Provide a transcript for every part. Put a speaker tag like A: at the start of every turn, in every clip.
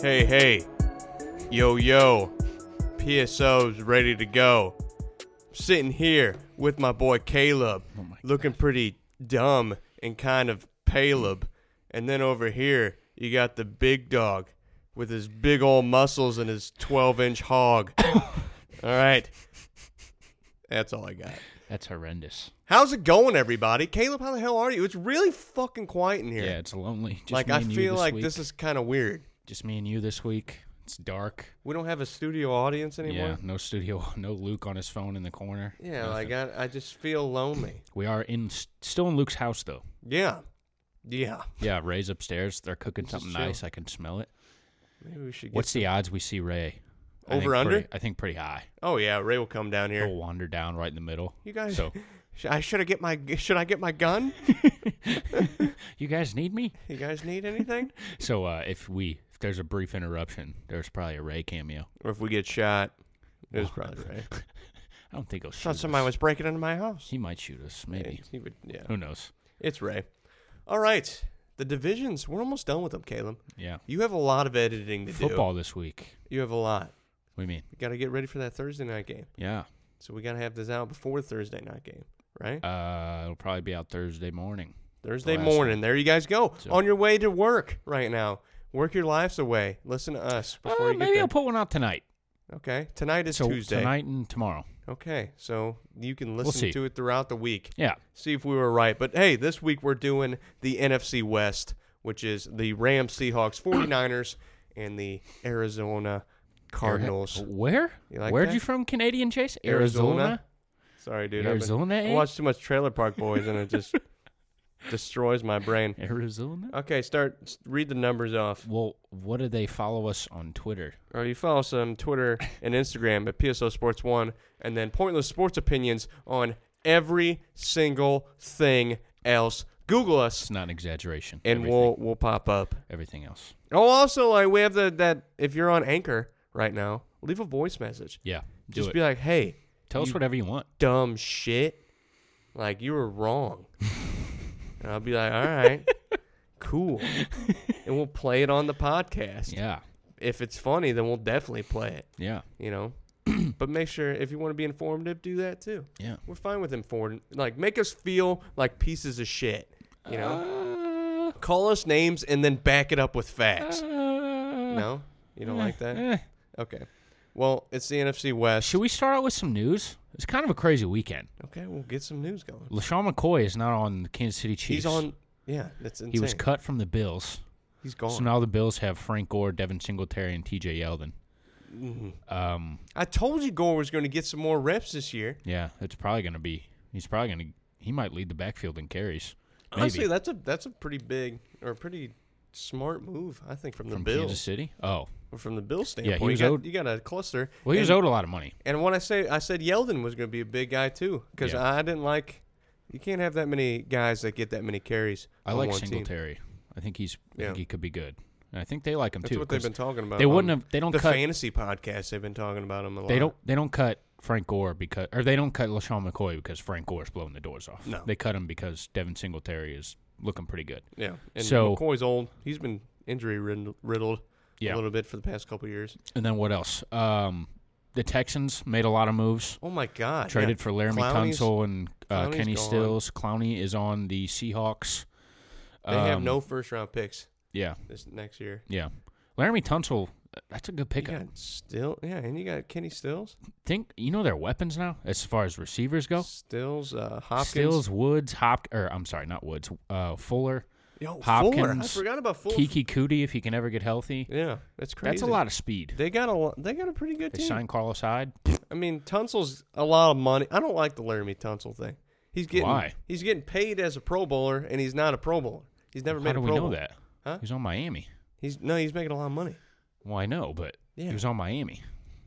A: Hey, hey. Yo, yo. PSO's ready to go. Sitting here with my boy Caleb,
B: Oh
A: looking pretty dumb and kind of Caleb. And then over here, you got the big dog with his big old muscles and his 12 inch hog. all right. That's all I got.
B: That's horrendous.
A: How's it going, everybody? Caleb, how the hell are you? It's really fucking quiet in here.
B: Yeah, it's lonely. Just
A: like,
B: me
A: I
B: and you
A: feel like
B: week.
A: this is kind of weird.
B: just me and you this week. It's dark.
A: We don't have a studio audience
B: Yeah,
A: anymore.
B: no studio, no Luke on his phone in the corner.
A: Yeah,
B: Nothing.
A: like, I, I just feel lonely.
B: we are in still in Luke's house though.
A: Yeah. Yeah.
B: Yeah, Ray's upstairs. They're cooking
A: This is
B: something
A: chill.
B: nice. I can smell it.
A: Maybe we should get.
B: What's the odds we see Ray? I think
A: Over, under?
B: pretty- I think pretty high.
A: oh, yeah. Ray will come down here.
B: He'll wander down right in the middle.
A: You guys. Sh-
B: So
A: I should I get my should I get my gun?
B: you guys need me.
A: You guys need anything?
B: So uh, if we if there's a brief interruption, there's probably a Ray cameo.
A: or if we get shot, it was probably Oh, right. I
B: I don't think he'll shoot.
A: thought somebody
B: us.
A: was breaking into my house.
B: He might shoot us. Maybe.
A: He would, yeah.
B: Who knows?
A: It's Ray. All right, the divisions. We're almost done with them, Caleb.
B: Yeah.
A: You have a lot of editing to
B: Football this week.
A: do. You have a lot.
B: What do you mean?
A: We got to get ready for that Thursday night game.
B: Yeah.
A: So we got to have this out before the Thursday night game, right?
B: Uh, it'll probably be out Thursday morning.
A: Thursday
B: last
A: morning. There you guys go.
B: So-
A: On your way to work right now. Work your lives away. Listen to us before
B: Uh,
A: you get
B: maybe
A: there.
B: I'll put one out tonight.
A: okay. Tonight is
B: so
A: Tuesday.
B: tonight and tomorrow.
A: Okay, so you can
B: We'll
A: listen
B: see.
A: to it throughout the week.
B: Yeah.
A: See if we were right. But hey, this week we're doing the NFC West, which is the Rams, Seahawks, 49ers, and the Arizona Cardinals.
B: Where?
A: You like
B: Where'd
A: that?
B: you from, Canadian Chase?
A: Arizona. Sorry, dude. I've been-
B: Arizona,
A: I
B: eh?
A: watched too much Trailer Park Boys and it just destroys my brain.
B: Arizona. Arizona?
A: Okay, start s- read the numbers off.
B: well, what do they follow us on Twitter?
A: Or Uh, you follow us on Twitter and Instagram at PSO Sports One, and then Pointless Sports Opinions on every single thing else. Google us
B: It's not an exaggeration.
A: and
B: everything,
A: we'll we'll pop up.
B: everything else.
A: Oh, also like we have the that if you're on Anchor right now, leave a voice message.
B: Yeah. Do
A: Just
B: it.
A: be like, hey,
B: Tell us
A: you
B: whatever you want.
A: dumb shit, like you were wrong, and I'll be like, all right, cool, and we'll play it on the podcast.
B: Yeah.
A: If it's funny, then we'll definitely play it.
B: Yeah.
A: You know. but make sure if you want to be informative, do that too.
B: Yeah.
A: We're fine with informative. Like make us feel like pieces of shit. You know.
B: Uh,
A: Call us names and then back it up with facts.
B: uh,
A: No? You don't like that?
B: eh.
A: Okay. Well, it's the NFC West.
B: Should we start out with some news? It's kind of a crazy weekend.
A: Okay, we'll get some news going.
B: LaShawn McCoy is not on the Kansas City Chiefs.
A: He's on. Yeah, that's insane.
B: He was cut from the Bills.
A: He's gone.
B: So now the Bills have Frank Gore, Devin Singletary, and T.J. Yeldon.
A: Mm-hmm.
B: Um,
A: I told you Gore was going to get some more reps this year.
B: yeah, it's probably going to be. He's probably going to. He might lead the backfield in carries. Maybe
A: Honestly, that's a that's a pretty big or a pretty smart move, I think, from the
B: from Kansas
A: Bills.
B: City. Oh,
A: From the Bills
B: he
A: standpoint,
B: was
A: you, got,
B: owed-
A: you got a cluster.
B: well, he was
A: and,
B: owed a lot of money.
A: And when I say I said Yeldon was going to be a big guy too, because
B: Yeah.
A: I didn't like. You can't have that many guys that get that many carries.
B: I
A: on
B: like
A: one team.
B: Singletary. I think he's. I
A: Yeah.
B: think he could be good. And I think they like him
A: That's
B: too.
A: what they've
B: 'cause
A: been talking about.
B: They wouldn't
A: on
B: have. They don't
A: the
B: cut.
A: fantasy podcast. They've been talking about him a lot.
B: They don't. They don't cut Frank Gore because, or they don't cut LaShawn McCoy because Frank Gore's blowing the doors off.
A: No.
B: they cut him because Devin Singletary is looking pretty good.
A: Yeah. And
B: So-
A: McCoy's old. He's been injury riddled, riddled
B: Yeah.
A: a little bit for the past couple years.
B: And then what else? Um, the Texans made a lot of moves.
A: Oh my God.
B: Traded
A: yeah.
B: for Laramie
A: Clowney's-
B: Tunsil and uh,
A: Clowney's
B: Kenny
A: gone.
B: Stills. Clowney is on the Seahawks.
A: They have
B: Um,
A: no first round picks
B: Yeah,
A: this next year.
B: yeah. Laramie Tunsil, that's a good
A: You
B: pickup.
A: got still, yeah, and you got Kenny Stills,
B: Think you know their weapons now as far as receivers go.
A: Stills, uh, Hopkins,
B: Stills, Woods, Hop, or I'm sorry, not Woods. Uh, Fuller,
A: Yo, Fuller. I
B: Hopkins,
A: forgot about Fuller.
B: Kiki Cootie, if he can ever get healthy.
A: Yeah, that's crazy.
B: That's a lot of speed.
A: They got a lot. They got a pretty good
B: They
A: team.
B: signed Carlos Hyde.
A: I mean, Tunsil's a lot of money. I don't like the Laramie Tunsil thing. He's getting
B: Why?
A: he's getting paid as a Pro Bowler, and he's not a Pro Bowler. He's never
B: How
A: made
B: do
A: a
B: we
A: Pro
B: know
A: Bowl.
B: that?
A: Huh?
B: He's on Miami.
A: He's no, he's making a lot of money.
B: Well, I know, but
A: Yeah.
B: he was on Miami.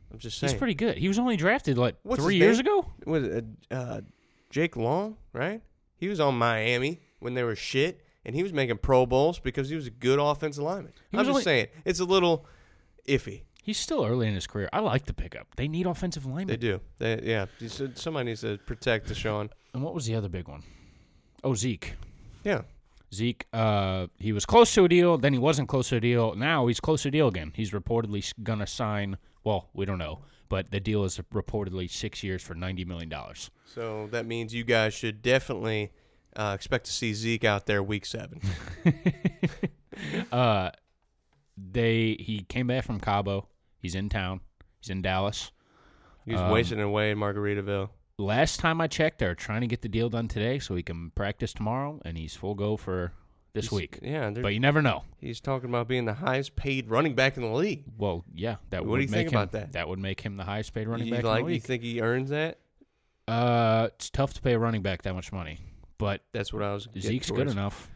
A: I'm just saying.
B: He's pretty good. He was only drafted like
A: What's
B: three
A: his
B: years
A: name?
B: ago.
A: Was it, uh, Jake Long, right? He was on Miami when they were shit, and he was making Pro Bowls because he was a good offensive lineman.
B: He
A: I'm
B: was
A: just
B: only-
A: saying, it's a little iffy.
B: He's still early in his career. I like the pickup. They need offensive linemen.
A: They do, they, yeah. You said somebody needs to protect Deshaun.
B: And what was the other big one? Oh, Zeke.
A: Yeah,
B: Zeke, uh, he was close to a deal. Then he wasn't close to a deal. Now he's close to a deal again. He's reportedly s- gonna sign. Well, we don't know, but the deal is reportedly six years for ninety million dollars.
A: so that means you guys should definitely uh, expect to see Zeke out there week seven.
B: Uh, they he came back from Cabo. He's in town. He's in Dallas.
A: He was
B: Um,
A: wasting it away in Margaritaville.
B: Last time I checked, they're trying to get the deal done today so he can practice tomorrow, and he's full go for this
A: He's-
B: week.
A: Yeah, they're-
B: But you never know.
A: he's talking about being the highest paid running back in the league.
B: Well, yeah, that
A: What
B: would
A: do you
B: make
A: think
B: him,
A: about that?
B: That would make him the highest paid running
A: you
B: back
A: like?
B: in the
A: You
B: league.
A: think he earns that?
B: uh, it's tough to pay a running back that much money, but
A: That's what I was. getting
B: Zeke's good
A: towards.
B: enough.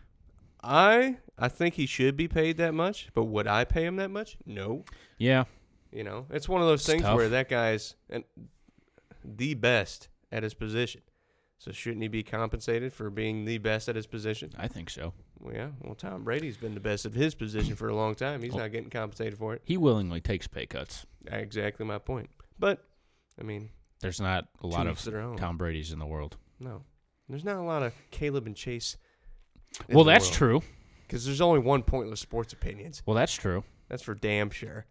A: I I think he should be paid that much, but would I pay him that much? No.
B: Yeah,
A: You know, it's one of those
B: It's
A: things
B: tough.
A: where that guy's an, the best at his position. So shouldn't he be compensated for being the best at his position?
B: I think so.
A: Well, yeah. Well, Tom Brady's been the best of his position for a long time. He's
B: Oh.
A: not getting compensated for it.
B: He willingly takes pay cuts.
A: Exactly my point. But I mean,
B: There's not a lot
A: two
B: of
A: each their own.
B: Tom Brady's in the world.
A: No, there's not a lot of Caleb and Chase.
B: well, that's true.
A: Because there's only one pointless sports opinions.
B: Well, that's true.
A: That's for damn sure.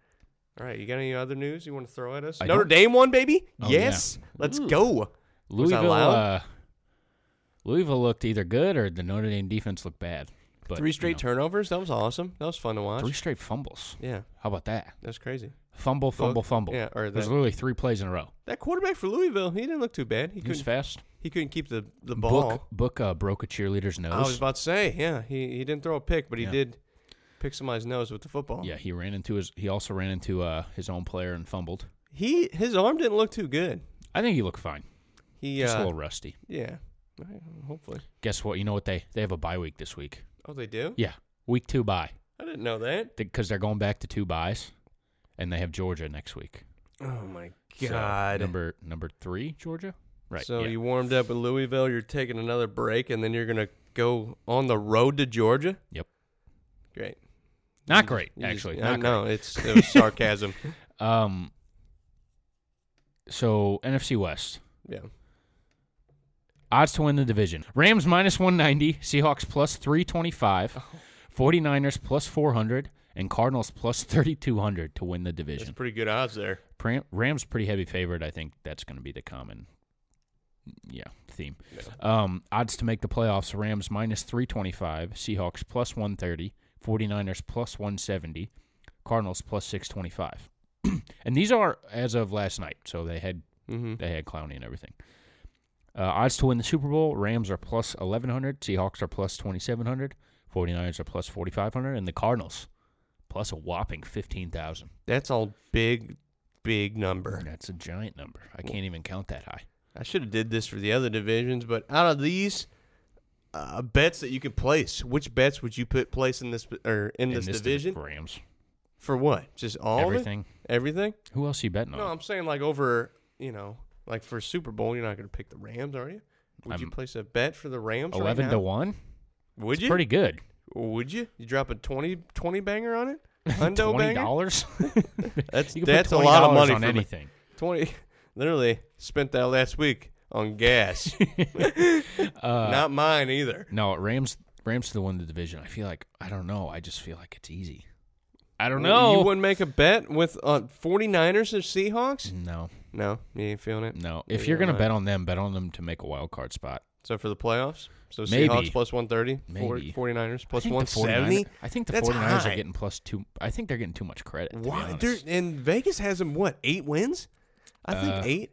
A: All right, you got any other news you want to throw at us?
B: I
A: Notre
B: don't-
A: Dame won, baby.
B: Oh, yeah.
A: yes, let's
B: Ooh.
A: go. Was I
B: Louisville.
A: loud?
B: Uh, Louisville looked either good or the Notre Dame defense looked bad. But
A: Three
B: you
A: straight
B: know,
A: turnovers. That was awesome. That was fun to watch.
B: Three straight fumbles.
A: Yeah,
B: How about that?
A: that's crazy.
B: Fumble, fumble, fumble.
A: yeah, or
B: There's
A: that-
B: literally three plays in a row.
A: That quarterback for Louisville, he didn't look too bad. He
B: He was
A: couldn't.
B: fast.
A: He couldn't keep the the ball.
B: Book, Book uh, broke a cheerleader's nose.
A: I was about to say, yeah, he he didn't throw a pick, but he
B: Yeah.
A: did pick somebody's nose with the football.
B: yeah, he ran into his. He also ran into uh, his own player and fumbled.
A: he his arm didn't look too good.
B: I think he looked fine.
A: He
B: Just a
A: uh,
B: little rusty.
A: yeah, All right, hopefully.
B: Guess what? You know what they they have a bye week this week.
A: Oh, they do.
B: Yeah, week two bye
A: I didn't know that.
B: because they're going back to two buys, and they have Georgia next week.
A: Oh my
B: So,
A: god.
B: number number three, Georgia. Right.
A: So
B: yeah.
A: you warmed up at Louisville, you're taking another break, and then you're gonna go on the road to Georgia.
B: Yep.
A: Great.
B: not great
A: You just-
B: actually.
A: I-
B: not
A: no, it's it was sarcasm.
B: great. Um. So NFC West
A: yeah.
B: odds to win the division: Rams minus one ninety, Seahawks plus three twenty five,
A: Oh.
B: 49ers plus four hundred, and Cardinals plus thirty two hundred to win the
A: That's
B: division.
A: pretty good odds there.
B: Pram- Rams pretty heavy favorite. I think that's going to be the common, yeah, theme. Um, odds to make the playoffs: Rams minus three twenty five, Seahawks plus one thirty, 49ers plus one seventy, Cardinals plus six twenty five. and these are as of last night, so they had
A: Mm-hmm.
B: they had Clowney and everything. Uh, odds to win the Super Bowl: Rams are plus eleven hundred, Seahawks are plus twenty seven hundred, 49ers are plus forty five hundred, and the Cardinals plus a whopping fifteen thousand.
A: That's all big, big number.
B: That's a giant number. I can't even count that high.
A: I should have did this for the other divisions, but out of these uh, bets that you could place, which bets would you put place in this or in, this,
B: div-
A: division
B: Rams,
A: for what? Just all of it?
B: everything. Oh.
A: Everything.
B: Who else you betting on?
A: No, I'm saying like over, you know, like for Super Bowl, you're not going to pick the Rams, are you? Would you
B: I'm-
A: place a bet for the Rams? right
B: Eleven
A: now?
B: to one.
A: Would you?
B: Pretty good.
A: Would you? You drop a 20, 20 banger on it? Hundo
B: Twenty
A: banger?
B: dollars.
A: That's that's a lot of money
B: on
A: for me.
B: anything.
A: Twenty. Literally spent that last week on gas.
B: Uh,
A: not mine either.
B: No, Rams. Rams to the win the division. I feel like I don't know. I just feel like it's easy. I don't know.
A: You wouldn't make a bet with uh, 49ers or Seahawks?
B: no,
A: No, you ain't feeling it.
B: Mm. no. If
A: Yeah,
B: you're gonna
A: right.
B: bet on them, bet on them to make a wild card spot.
A: So for the playoffs, so
B: Maybe.
A: Seahawks plus 130, four-
B: Maybe.
A: 49ers plus
B: I think the
A: 170.
B: 49er I think the
A: That's
B: 49ers
A: high.
B: are getting plus two. I think they're getting too much credit. to be
A: Why?
B: honest.
A: They're, and Vegas has them what? Eight wins? I think
B: Uh,
A: eight.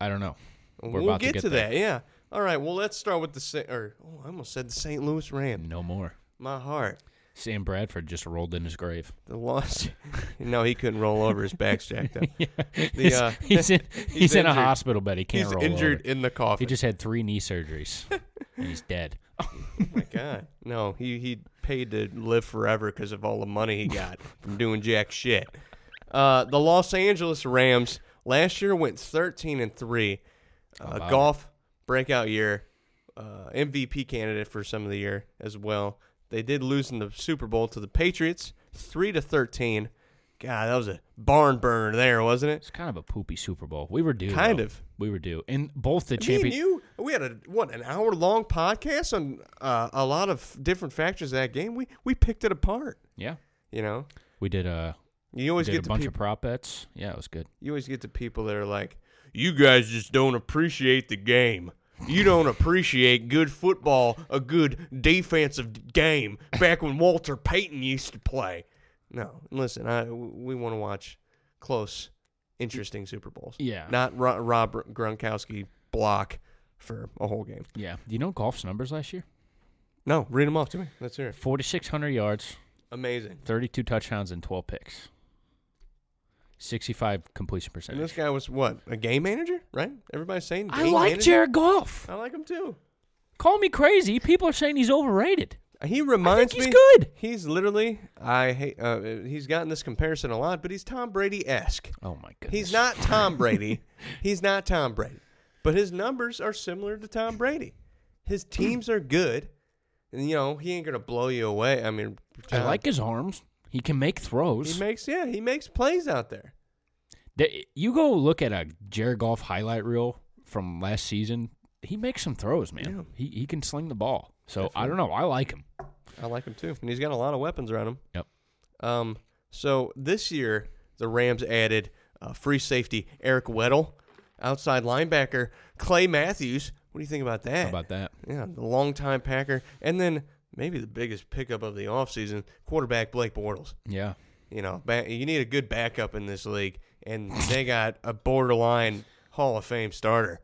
B: I don't know. We're
A: we'll
B: about
A: get to,
B: get there.
A: that. Yeah.
B: Mm.
A: All right. Well, let's start with the Sa- or oh, I almost said the St. Louis Rams.
B: No more.
A: My heart.
B: Sam Bradford just rolled in his grave.
A: The Los. no, he couldn't roll over. His back's jacked up.
B: yeah.
A: The, uh,
B: he's in, he's in a
A: injured.
B: hospital bed. He can't
A: He's
B: roll
A: injured
B: over.
A: in the
B: He
A: coffin.
B: just had three knee surgeries, and he's dead.
A: Oh my God. No, he he paid to live forever because of all the money he got from doing jack shit. Uh, the Los Angeles Rams last year went 13 and three. Uh,
B: Oh, wow.
A: Golf breakout year, uh, MVP candidate for some of the year as well. They did lose in the Super Bowl to the Patriots, three to 13. God, that was a barn burner there, wasn't it?
B: It's kind of a poopy Super Bowl. We were due.
A: Kind
B: though.
A: of.
B: We were due, and both the
A: Me and
B: champion.
A: you, we had a what an hour long podcast on uh, a lot of different factors of that game. We we picked it apart.
B: Yeah,
A: You know,
B: we did. Uh,
A: you always
B: did a
A: get the
B: bunch of
A: people.
B: prop bets. Yeah, it was good.
A: You always get the people that are like, you guys just don't appreciate the game. You don't appreciate good football, a good defensive game. Back when Walter Payton used to play. No, listen, I we want to watch close, interesting Super Bowls.
B: Yeah.
A: not Ro- Rob Gronkowski block for a whole game.
B: Yeah. Do you know golf's numbers last year?
A: No, read them off to me. Let's hear it.
B: Forty six hundred yards,
A: Amazing.
B: thirty two touchdowns, and twelve picks. Sixty five completion
A: And this
B: percentage.
A: guy was what? A game manager, right? Everybody's saying
B: I
A: game
B: like
A: manager?
B: Jared Goff.
A: I like him too.
B: Call me crazy. People are saying he's overrated.
A: He reminds
B: he's
A: me.
B: good.
A: He's literally. I hate. Uh, he's gotten this comparison a lot, but he's Tom Brady esque.
B: Oh my goodness.
A: He's not Tom Brady. he's not Tom Brady. But his numbers are similar to Tom Brady. His teams are good. And, you know, he ain't going to blow you away. I mean,
B: I
A: Tom-
B: like his arms. He can make throws.
A: He makes, yeah, he makes plays out there.
B: Th- you go look at a Jared Goff highlight reel from last season. He makes some throws, man. He he can sling the ball. So I don't know. I like him.
A: I like him too. And he's got a lot of weapons around him.
B: Yep.
A: Um, so this year, the Rams added uh, free safety Eric Weddle, outside linebacker Clay Matthews. What do you think about that?
B: How about that?
A: yeah, the longtime Packer. And then maybe the biggest pickup of the offseason, quarterback Blake Bortles.
B: Yeah.
A: You know, ba- you need a good backup in this league, and they got a borderline Hall of Fame starter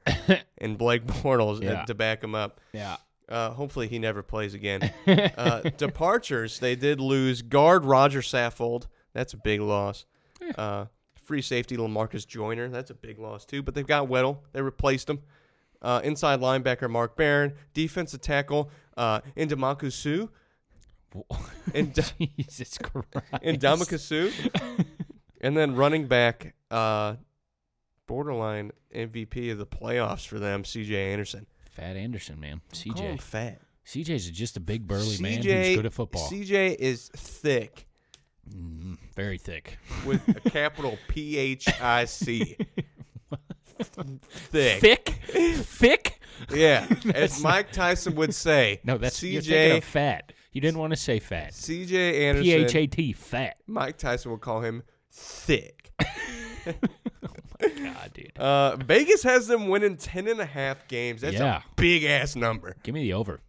A: in Blake Bortles uh,
B: Yeah.
A: to back him up.
B: Yeah.
A: Uh, hopefully, he never plays again. uh, departures, they did lose guard Roger Saffold. That's a big loss. Uh, free safety Lamarcus Joyner. That's a big loss, too. But they've got Weddle. They replaced him. Uh, inside linebacker Mark Barron. Defensive tackle uh, Indamaku Sue. And
B: Jesus Christ.
A: Indamaku Sue. and then running back, uh, borderline MVP of the playoffs for them, CJ Anderson.
B: Fat Anderson, man.
A: Call him
B: CJ.
A: fat.
B: CJ's just a big burly man who's good at football.
A: CJ is thick
B: Mm, very thick.
A: with a capital P H I C. Thick.
B: Thick? thick?
A: Yeah. As Mike Tyson would say.
B: No, that's you're
A: CJ
B: thinking of fat. You didn't want to say fat.
A: CJ Anderson.
B: P H A T fat.
A: Mike Tyson would call him thick.
B: God, dude.
A: Uh, Vegas has them winning ten and a half games. That's
B: Yeah.
A: a big ass number.
B: Give me the over.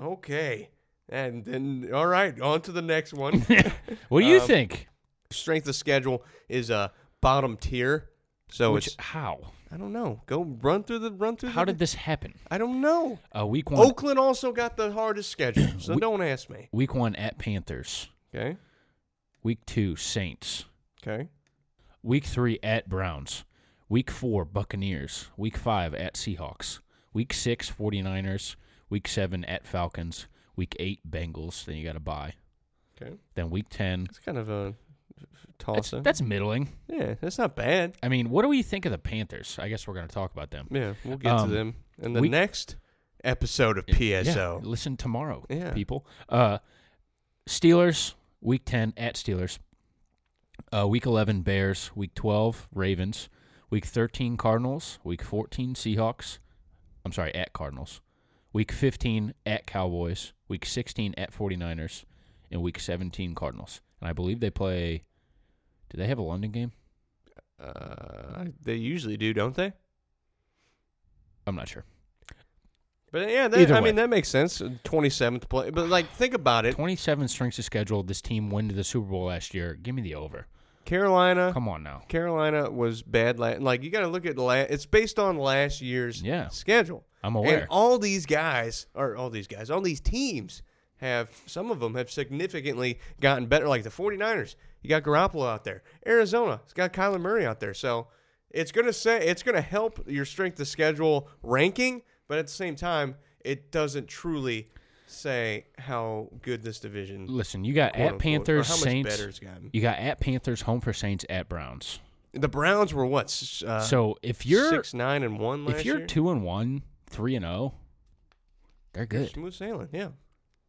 A: Okay. And then all right, on to the next one.
B: What
A: Um,
B: do you think?
A: Strength of schedule is uh bottom tier. So
B: Which
A: oh, it's
B: how?
A: I don't know. Go run through the run through.
B: How
A: the,
B: did this happen?
A: I don't know.
B: Uh, week one.
A: Oakland also got the hardest schedule, so don't ask me.
B: Week one at Panthers.
A: Okay.
B: Week two Saints.
A: Okay.
B: Week three at Browns. Week four Buccaneers. Week five at Seahawks. Week six 49ers. Week seven at Falcons. Week eight Bengals. Then you got to buy.
A: Okay.
B: Then week ten.
A: It's kind of a
B: That's,
A: toss up.
B: that's middling.
A: Yeah, that's not bad.
B: I mean, what do we think of the Panthers? I guess we're going to talk about them.
A: Yeah, we'll get
B: Um,
A: to them in the
B: we-
A: next episode of
B: Yeah,
A: PSO.
B: listen tomorrow,
A: Yeah.
B: people. Uh, Steelers, week 10 at Steelers. Uh, week 11, Bears. Week 12, Ravens. Week 13, Cardinals. Week 14, Seahawks. I'm sorry, at Cardinals. Week 15, at Cowboys. Week 16, at 49ers. And week 17, Cardinals. And I believe they play. Do they have a London game?
A: Uh, they usually do, don't they?
B: I'm not sure.
A: But yeah, that,
B: Either
A: I
B: way.
A: mean that makes sense. Twenty seventh play, but like think about it.
B: 27 strengths of schedule. This team went to the Super Bowl last year. Give me the over.
A: Carolina,
B: Come on now.
A: Carolina was bad. La- like you got to look at la- it's based on last year's
B: Yeah.
A: schedule.
B: I'm aware.
A: And all these guys, or all these guys, all these teams have some of them have significantly gotten better. Like the 49ers, you got Garoppolo out there. Arizona, it's got Kyler Murray out there. So it's gonna say it's gonna help your strength of schedule ranking, but at the same time, it doesn't truly say how good this division.
B: Listen, you got
A: quote,
B: at
A: unquote, or
B: Panthers,
A: how much
B: Saints.
A: better it's gotten.
B: You got at Panthers, home for Saints, at Browns.
A: The Browns were what? s- Uh,
B: so if you're
A: six nine and one last
B: if you're
A: year?
B: two and one, three and oh, they're
A: You're
B: good.
A: smooth sailing. Yeah,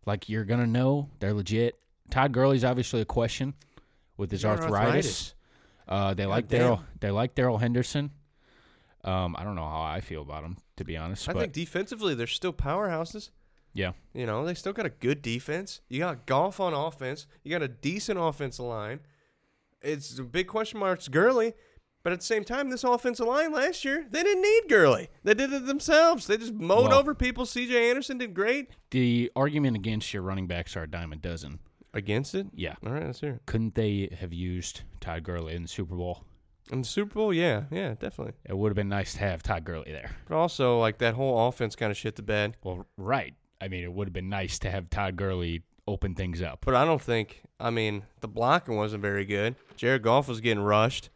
B: Like you're gonna know they're legit. Todd Gurley's obviously a question with his
A: He's got
B: arthritis. Uh, they like
A: Goddamn.
B: Daryl. They like Daryl Henderson. Um, I don't know how I feel about him to be honest,
A: I
B: but
A: think defensively they're still powerhouses.
B: yeah,
A: You know, they still got a good defense. You got golf on offense. You got a decent offensive line. It's a big question marks Gurley, but at the same time, this offensive line last year they didn't need Gurley. They did it themselves. They just mowed
B: Well-
A: over people. C.J. Anderson did great
B: the argument against your running backs are a dime a dozen.
A: against it.
B: Yeah,
A: All right, let's hear. it.
B: couldn't they have used Todd Gurley in the Super Bowl?
A: In the Super Bowl, yeah, yeah, definitely.
B: It would have been nice to have Todd Gurley there.
A: But also, like that whole offense kind of shit the bed.
B: Well, right. I mean, it would have been nice to have Todd Gurley open things up.
A: But I don't think. I mean, the blocking wasn't very good. Jared Goff was getting rushed.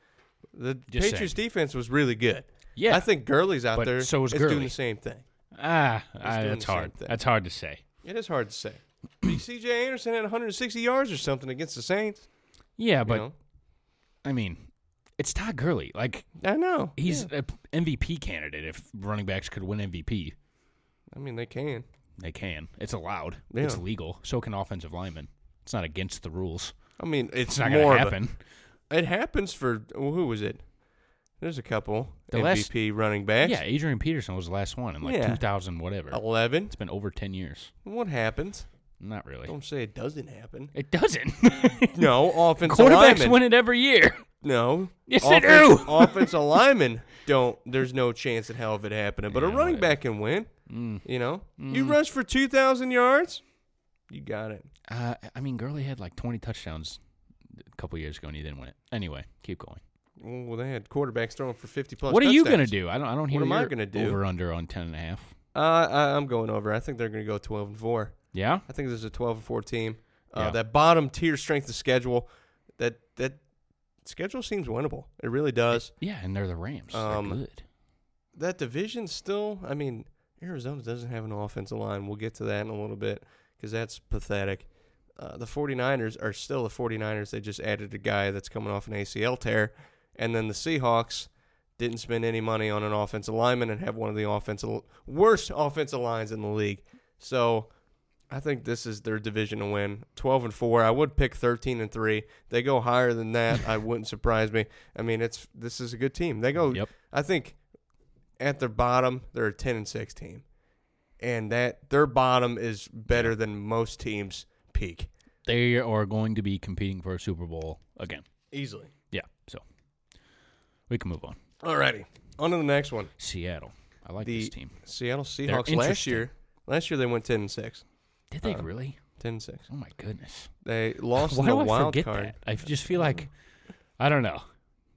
A: The
B: Just
A: Patriots defense was really good.
B: Yeah.
A: I think Gurley's out
B: But
A: there.
B: so is
A: is doing
B: Gurley.
A: the same thing.
B: Ah, ah,
A: doing
B: that's
A: the same
B: hard.
A: thing.
B: That's hard to say.
A: It is hard to say. But C.J. Anderson had 160 yards or something against the Saints.
B: Yeah,
A: you
B: but
A: know?
B: I mean, it's Todd Gurley. Like
A: I know
B: he's
A: Yeah.
B: a p- MVP candidate. If running backs could win MVP,
A: I mean, they can.
B: they can. It's allowed. It's
A: Yeah.
B: legal. So can offensive linemen. It's not against the rules.
A: I mean, it's,
B: It's not
A: more
B: going
A: of
B: to
A: a-
B: happen.
A: it happens for well, who was it? There's a couple
B: The last-
A: MVP running backs.
B: yeah, Adrian Peterson was the last one in like
A: Yeah.
B: 2000 whatever.
A: eleven.
B: It's been over 10 years.
A: What happens?
B: Not really.
A: Don't say it doesn't happen.
B: It doesn't.
A: No, offensive
B: Quarterbacks
A: linemen.
B: win it every year.
A: No.
B: Yes, they
A: Offense-
B: do.
A: offensive linemen don't. There's no chance in hell of it happening. But a
B: Yeah, Mm.
A: running
B: whatever.
A: back can win. You know, you rush for two thousand yards, you got it.
B: Uh, I mean, Gurley had like 20 touchdowns a couple years ago, and he didn't win it. Anyway, keep going.
A: Well, they had quarterbacks throwing for fifty plus.
B: what are you gonna
A: touchdowns.
B: do? I don't. I don't hear.
A: What am I
B: your
A: gonna do?
B: Over under on 10 and a half.
A: Uh, I, I'm going over. I think they're going to go twelve and four.
B: Yeah.
A: I think there's a twelve and four team. Uh,
B: Yeah.
A: That bottom tier strength of schedule, that that schedule seems winnable. It really does.
B: Yeah, and they're the Rams.
A: Um,
B: they're good.
A: that division still i mean arizona doesn't have an offensive line we'll get to that in a little bit because that's pathetic uh, the 49ers are still the 49ers they just added a guy that's coming off an acl tear and then the seahawks didn't spend any money on an offensive lineman and have one of the offensive worst offensive lines in the league so i think this is their division to win 12 and 4 i would pick 13 and 3 they go higher than that i wouldn't surprise me i mean it's this is a good team they go
B: Yep.
A: I think at their bottom they're a ten and six team, and that their bottom is better than most teams' peak
B: They are going to be competing for a Super Bowl again.
A: easily.
B: Yeah. So we can move on.
A: Alrighty, on to the next one.
B: Seattle. I like
A: the
B: this team.
A: Seattle Seahawks last
B: interesting.
A: year. Last year they went ten and six.
B: Did they
A: uh,
B: really?
A: 10 and six.
B: Oh my goodness.
A: They lost
B: Why
A: in the
B: do I
A: wild
B: forget
A: card.
B: that? I just feel like I don't know.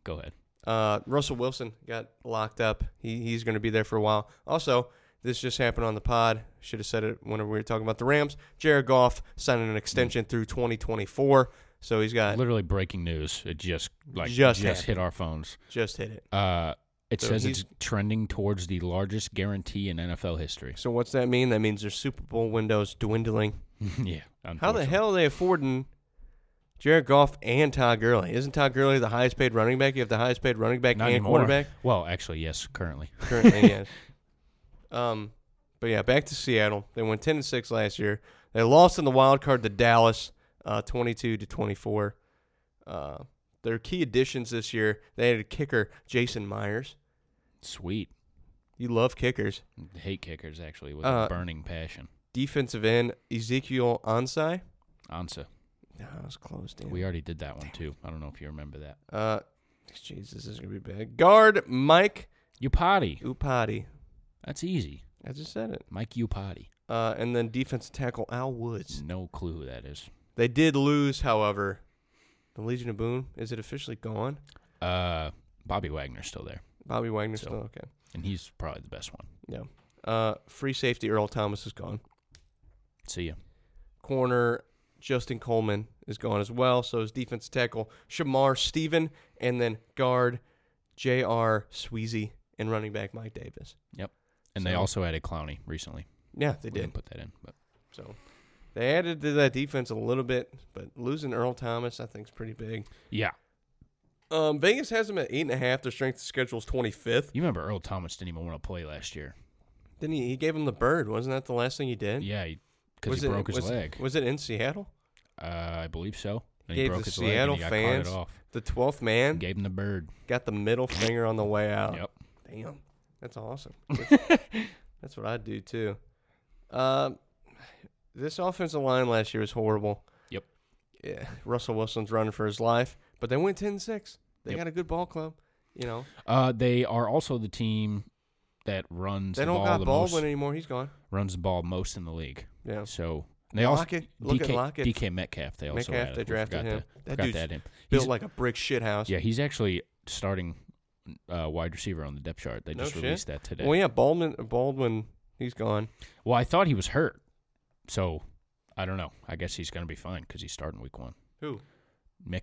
B: Go ahead.
A: Uh, Russell Wilson got locked up. He, he's going to be there for a while. Also, this just happened on the pod. Should have said it whenever we were talking about the Rams. Jared Goff signing an extension through 2024. So he's got
B: Literally breaking news. It just like
A: Just
B: just
A: happened.
B: hit our phones.
A: just hit it.
B: Uh, it
A: So
B: says
A: he's-
B: it's trending towards the largest guarantee in NFL history.
A: So what's that mean? That means their Super Bowl window's dwindling. How
B: yeah.
A: the
B: unfortunately.
A: hell are they affording Jared Goff and Todd Gurley? Isn't Todd Gurley the highest paid running back? You have the highest paid running back
B: Not
A: and
B: anymore.
A: quarterback
B: Well, actually, yes, currently.
A: currently. yes. Um, but yeah, back to Seattle. They went ten and six last year. They lost in the wild card to Dallas, uh, twenty-two to twenty-four. Uh, their key additions this year, they had a kicker, Jason Myers.
B: Sweet.
A: You love kickers.
B: Hate kickers actually with
A: Uh,
B: a burning passion.
A: Defensive end, Ezekiel Ansai.
B: Ansa.
A: No, that was close. Damn.
B: We already did that one too. I don't know if you remember that.
A: Uh, jeez, this is gonna be bad. Guard Mike
B: You potty.
A: Upati.
B: That's easy.
A: I just said it.
B: Mike you potty.
A: Uh, and then defensive tackle Al Woods.
B: No clue who that is.
A: They did lose, however. The Legion of Boone is it officially gone?
B: Uh Bobby Wagner's still there.
A: Bobby Wagner
B: So-
A: still okay.
B: And he's probably the best one.
A: Yeah. Uh, free safety Earl Thomas is gone.
B: See ya.
A: corner Justin Coleman is gone as well. So is defensive tackle Shamar Steven, and then guard J.R. Sweezy and running back Mike Davis.
B: Yep. And they
A: So-
B: also added Clowney recently.
A: Yeah, they
B: We didn't
A: did.
B: put that in, but
A: So they added to that defense a little bit, but losing Earl Thomas I think is pretty big.
B: yeah.
A: Um, Vegas has them at eight and a half. Their strength of schedule is twenty fifth.
B: You remember Earl Thomas didn't even want to play last year.
A: Then he, he gave him the bird. Wasn't that the last thing he did?
B: Yeah, because
A: Was
B: he
A: it-
B: broke his
A: was-
B: leg.
A: Was it in Seattle?
B: uh, I believe so. And he
A: Gave
B: broke
A: the
B: his leg and
A: Seattle
B: he got
A: fans
B: carted off.
A: the twelfth man
B: Gave him the bird.
A: got the middle finger on the way out.
B: Yep.
A: Damn, that's awesome. That's- that's what I'd do too. Um, this offensive line last year was horrible.
B: Yep.
A: Yeah, Russell Wilson's running for his life, but they went 10-6. They
B: Yep.
A: got a good ball club. You know,
B: Uh, they are also the team that runs
A: they
B: the
A: don't
B: ball
A: got
B: the
A: Baldwin
B: most.
A: anymore. He's gone.
B: Runs the ball most in the league.
A: Yeah.
B: So and they
A: Lockett.
B: also
A: Look at
B: DK,
A: Lockett.
B: DK Metcalf. They also
A: Metcalf,
B: added.
A: they
B: We
A: drafted
B: forgot
A: him.
B: To,
A: That
B: forgot
A: dude's
B: to add him.
A: Built
B: He's-
A: like a brick shit house.
B: yeah, he's actually starting uh, wide receiver on the depth chart. They
A: No
B: just
A: shit.
B: released that today.
A: Well, yeah, Baldwin. Baldwin. He's gone.
B: Well, I thought he was hurt, so I don't know. I guess he's going to be fine because he's starting week one.
A: Who?
B: Mick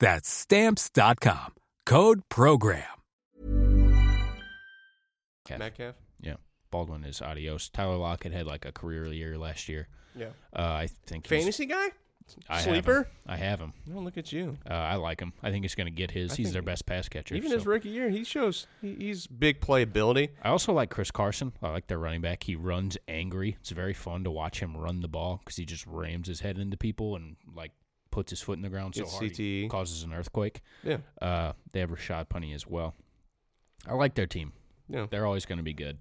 C: That's stamps.com. Code program.
B: Metcalf.
A: Metcalf.
B: Yeah, Baldwin is adios. Tyler Lockett had like a career year last year.
A: Yeah.
B: Uh, I think he's-
A: Fantasy guy.
B: I have him.
A: Sleeper.
B: I have him.
A: Oh, look at you.
B: Uh, I like him. I think he's going to get his.
A: I
B: he's
A: think-
B: their best pass catcher.
A: Even
B: so.
A: his rookie year, he shows he, he's big playability.
B: I also like Chris Carson. I like their running back. He runs angry. It's very fun to watch him run the ball because he just rams his head into people and like puts his foot in the ground so
A: Gets
B: hard he
A: CTE.
B: causes an earthquake.
A: E. Yeah.
B: Uh, they have Rashad Penny as well. I like their team.
A: Yeah.
B: They're always going to be good.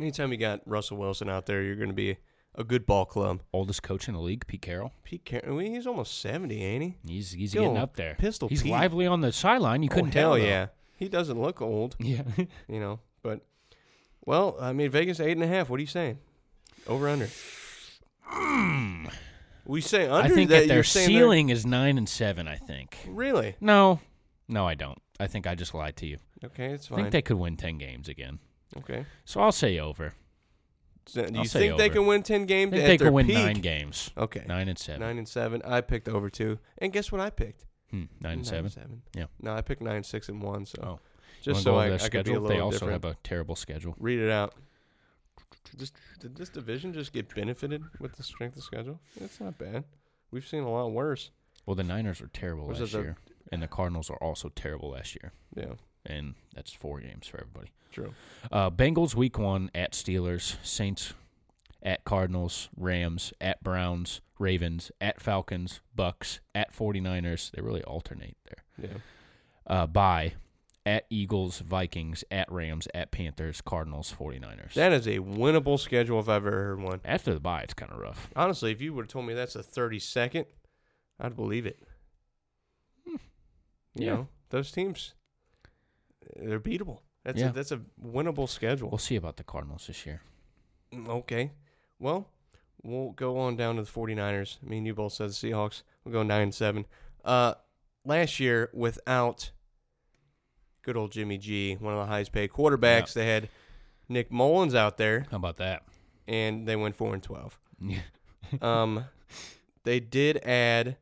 A: Anytime you got Russell Wilson out there, you're going to be a good ball club.
B: Oldest coach in the league, Pete Carroll.
A: Pete Car- I mean, he's almost 70, ain't he?
B: He's he's
A: Good
B: getting
A: old
B: up there.
A: Pistol
B: He's
A: Pete.
B: lively on the sideline. You couldn't
A: oh,
B: tell.
A: hell
B: though.
A: yeah. He doesn't look old,
B: Yeah.
A: you know. But, well, I mean, Vegas eight and a half. What are you saying? Over under. We say under
B: Hmm. I think
A: that
B: that their
A: you're saying they're-
B: ceiling is nine and seven. I think.
A: Really?
B: No, no, I don't. I think I just lied to you.
A: Okay, it's
B: I
A: fine.
B: think they could win ten games again.
A: okay.
B: So I'll say over.
A: So, do
B: I'll
A: you
B: say
A: think they
B: over.
A: can win 10
B: I
A: games?
B: think
A: at
B: they
A: their
B: could win
A: peak?
B: nine games.
A: Okay.
B: Nine and seven.
A: Nine and seven. I picked over two. And guess what I picked?
B: Hmm, nine and seven. Yeah.
A: No, I picked nine, six, and one. So
B: Oh.
A: just
B: Wanna
A: so
B: go over
A: I,
B: their
A: I could be a
B: schedule?
A: little
B: They also
A: different.
B: have a terrible schedule.
A: Read it out. Just, did this division just get benefited with the strength of schedule? That's not bad. We've seen a lot worse.
B: Well, the Niners were terrible
A: Was it
B: last
A: the-
B: year, and the Cardinals are also terrible last year,
A: Yeah,
B: and that's four games for everybody.
A: true.
B: Uh, Bengals week one at Steelers, Saints at Cardinals, Rams at Browns, Ravens at Falcons, Bucks at 49ers. They really alternate there.
A: Yeah,
B: Uh, bye at Eagles, Vikings at Rams, at Panthers, Cardinals, 49ers.
A: that is a winnable schedule if I've ever heard one.
B: After the bye, it's kind of rough.
A: Honestly, if you would have told me that's a thirty second, I'd believe it. You
B: Yeah.
A: know, those teams, they're beatable. That's
B: Yeah.
A: a, that's a winnable schedule.
B: We'll see about the Cardinals this year.
A: Mm, Okay. Well, we'll go on down to the 49ers. Me and you both said the Seahawks. We'll go 9 7. uh, last year without good old Jimmy G, one of the highest paid quarterbacks. They had Nick Mullins out there,
B: How about that?
A: and they went four and twelve. Um, they did add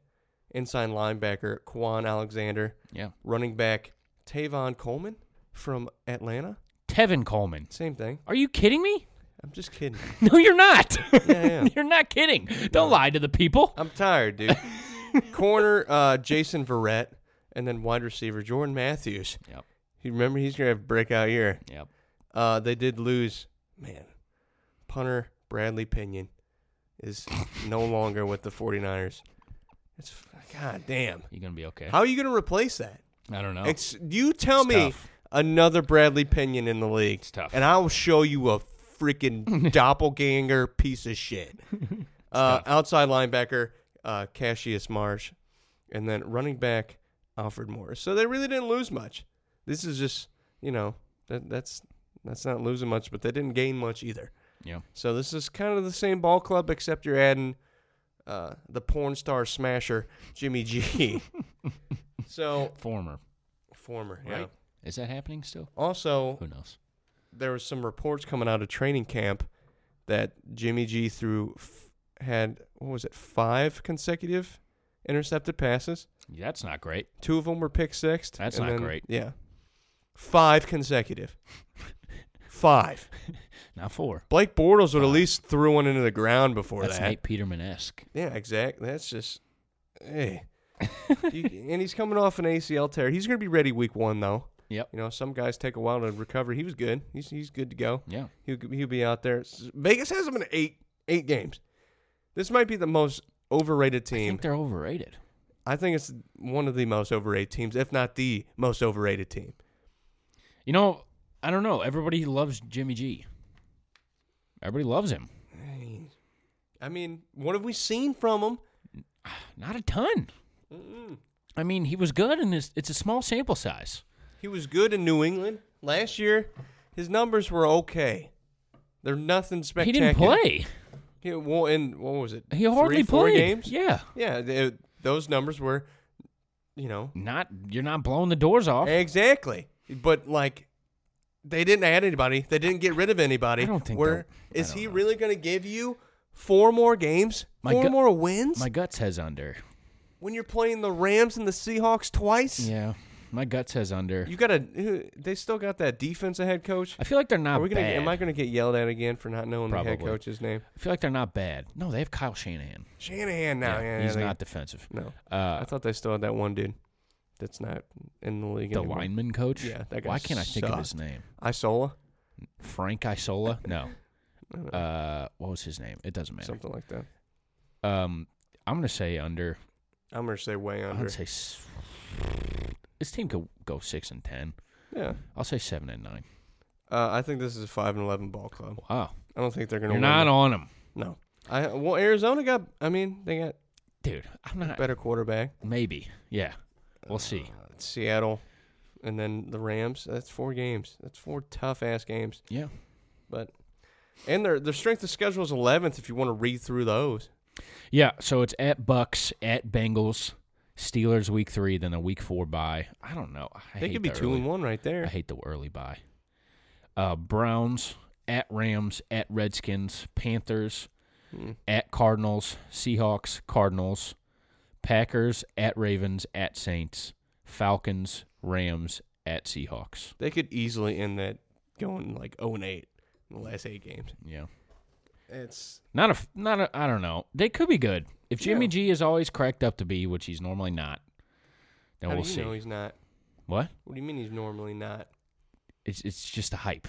A: inside linebacker Quan Alexander,
B: yeah.
A: running back Tavon Coleman from Atlanta.
B: Tevin Coleman.
A: Same thing.
B: Are you kidding me?
A: I'm just kidding.
B: No, you're not.
A: yeah.
B: you're not kidding. Don't lie to the people.
A: I'm tired, dude. Corner uh, Jason Verrett, and then wide receiver Jordan Matthews.
B: Yep.
A: You remember he's gonna have a breakout year.
B: Yep.
A: Uh, they did lose. Man, punter Bradley Pinion is no longer with the 49ers. It's god damn.
B: You're gonna be okay.
A: How are you gonna replace that?
B: I don't know.
A: Ex- you tell
B: It's
A: me
B: tough.
A: another Bradley Pinion in the league.
B: It's tough.
A: And I will show you a freaking doppelganger piece of shit. Uh, outside linebacker, uh, Cassius Marsh, and then running back, Alfred Morris. So they really didn't lose much. This is just, you know, that, that's that's not losing much, but they didn't gain much either.
B: yeah.
A: So this is kind of the same ball club, except you're adding uh, the porn star smasher, Jimmy G. so,
B: Former.
A: former, yeah.
B: Right. Is that happening still?
A: Also,
B: Who knows?
A: there was some reports coming out of training camp that Jimmy G threw f- had what was it five consecutive intercepted passes.
B: That's not great.
A: Two of them were pick six.
B: That's not great.
A: Yeah, five consecutive. five.
B: Not four.
A: Blake Bortles would at least threw one into the ground before
B: That's
A: that.
B: Nate Peterman esque.
A: Yeah, exactly. That's just hey. You- and he's coming off an ACL tear. He's going to be ready week one though.
B: Yep.
A: You know, some guys take a while to recover. He was good. He's he's good to go.
B: Yeah.
A: He'll, he'll be out there. S- Vegas has him in eight eight games. This might be the most overrated
B: I
A: team.
B: think they're overrated.
A: I think, it's one of the most overrated teams, if not the most overrated team.
B: You know, I don't know. Everybody loves Jimmy G. Everybody loves him.
A: I mean, what have we seen from him?
B: Not a ton. I mean, he was good, and it's, it's a small sample size.
A: He was good in New England last year. His numbers were okay. They're nothing
B: He
A: spectacular.
B: didn't play.
A: He, well, in what was it?
B: He hardly
A: Three, four
B: played.
A: games.
B: Yeah.
A: yeah. they- those numbers were, you know,
B: Not you're not blowing the doors off.
A: Exactly. But like they didn't add anybody. They didn't get rid of anybody.
B: I don't think
A: Where
B: they'll- I
A: is
B: don't
A: he
B: know.
A: really going to give you four more games?
B: My
A: four
B: gut-
A: more wins?
B: My gut says under.
A: when you're playing the Rams and the Seahawks twice?
B: Yeah. My gut says under.
A: You got to they still got that defensive head coach?
B: I feel like they're not
A: Are we gonna,
B: bad.
A: am I going to get yelled at again for not knowing the head
B: Probably.
A: coach's name?
B: I feel like they're not bad. No, they have Kyle Shanahan.
A: Shanahan now. Yeah,
B: he's
A: they-
B: not defensive.
A: No.
B: Uh,
A: I thought they still had that one dude that's not in the league
B: the
A: anymore.
B: lineman coach.
A: Yeah, that guy
B: Why can't I think of his
A: sucked.
B: name?
A: Isola,
B: Frank Isola? No. Uh, what was his name? It doesn't matter.
A: something like that.
B: Um, I'm gonna say under.
A: I'm going to say way under.
B: I'd say s- this team could go six and ten.
A: yeah.
B: I'll say seven and nine.
A: Uh, I think this is a five and eleven ball club.
B: Wow,
A: I don't think they're gonna.
B: you're
A: win.
B: not on them,
A: No. I well, Arizona got. I mean, they got
B: dude. I'm
A: a
B: not.
A: better quarterback.
B: Maybe. Yeah, we'll see.
A: Uh, Seattle, and then the Rams. That's four games. That's four tough ass games.
B: Yeah.
A: But and their their strength of schedule is eleventh. If you want to read through those,
B: Yeah, so it's at Bucks, at Bengals, Steelers week three, then a week four bye. I don't know. I
A: they
B: hate
A: could be
B: the
A: two
B: early-
A: and one right
B: I
A: there.
B: hate the early bye. Uh, Browns at Rams, at Redskins, Panthers,
A: Hmm.
B: at Cardinals, Seahawks, Cardinals, Packers, at Ravens, at Saints, Falcons, Rams, at Seahawks.
A: They could easily end that going like zero and eight in the last eight games.
B: Yeah.
A: It's
B: Not a, f- not a, I don't know. They could be good. If Jimmy
A: Yeah.
B: G is always cracked up to be, which he's normally not, then
A: how
B: we'll
A: do you
B: see.
A: know he's not?
B: what?
A: What do you mean he's normally not?
B: It's it's just a hype.